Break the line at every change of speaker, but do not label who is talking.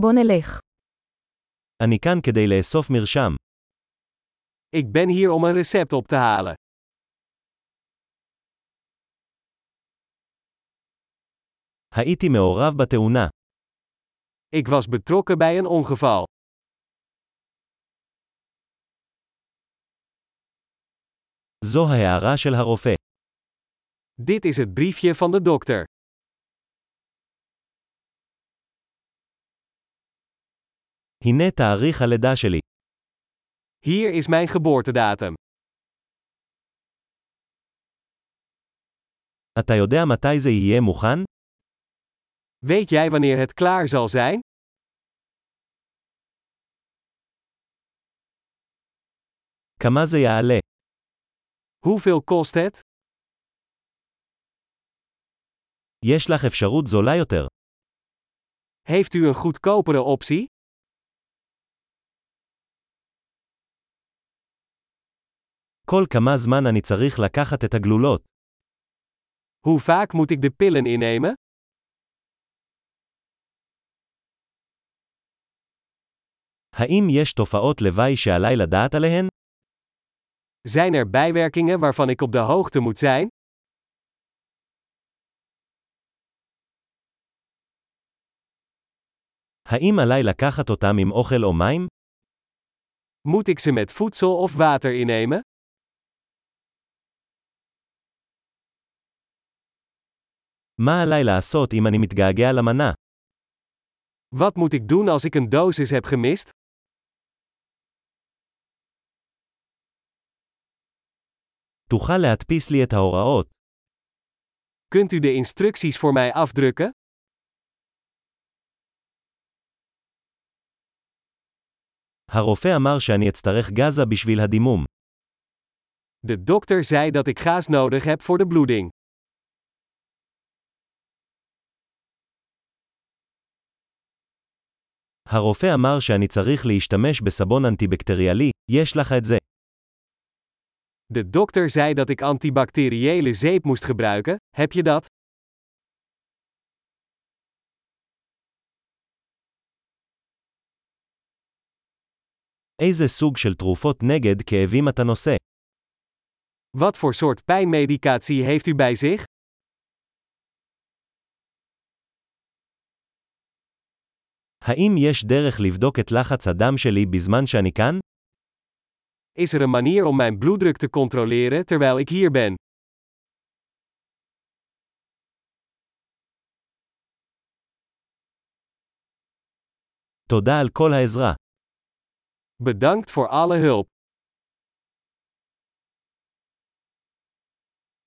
בוא נלך.
אני כאן כדי לאסוף מרשם.
Ik ben hier om een recept op te halen.
הייתי מעורב בתאונה.
Ik was betrokken bij een ongeval.
זו ההערה של הרופא.
Dit is het briefje van de dokter.
הנה תאריך הלידה שלי.
Hier is mijn geboortedatum.
אתה יודע מתי זה יהיה מוכן?
Weet jij wanneer het klaar zal zijn?
כמה זה יעלה?
Hoeveel kost het?
יש לך אפשרות זולה יותר.
Heeft u een goedkopere optie?
כל כמה זמן אני צריך לקחת את הגלולות.
Hoe vaak moet ik de pillen innemen?
האם יש תופעות לוואי שעליי לדעת עליהן?
Zijn er bijwerkingen waarvan ik op de hoogte moet zijn?
האם עליי לקחת אותם עם אוכל או מים?
Moet ik ze met voedsel of water innemen?
מה עליי לעשות אם אני מתגעגע למנה?
Wat moet ik doen als ik een dosis heb gemist?
תוכל להדפיס לי את ההוראות.
Kunt u de instructies voor mij afdrukken?
הרופא אמר שאני אצטרך גזה בשביל הדימום.
De dokter zei dat ik gaas nodig heb voor de bloeding.
הרופא אמר שאני צריך להשתמש בסבון אנטיבקטריאלי, יש לך את זה.
De dokter zei dat ik antibacteriële zeep moest gebruiken, heb je dat?
איזה סוג של תרופות נגד כאבים אתה נושא?
Wat voor soort pijnmedicatie heeft u bij zich?
האם יש דרך לבדוק את לחץ הדם שלי בזמן שאני כאן?
Is er een manier om mijn bloeddruk te controleren terwijl ik hier ben?
תודה על כל העזרה.
Bedankt voor alle hulp.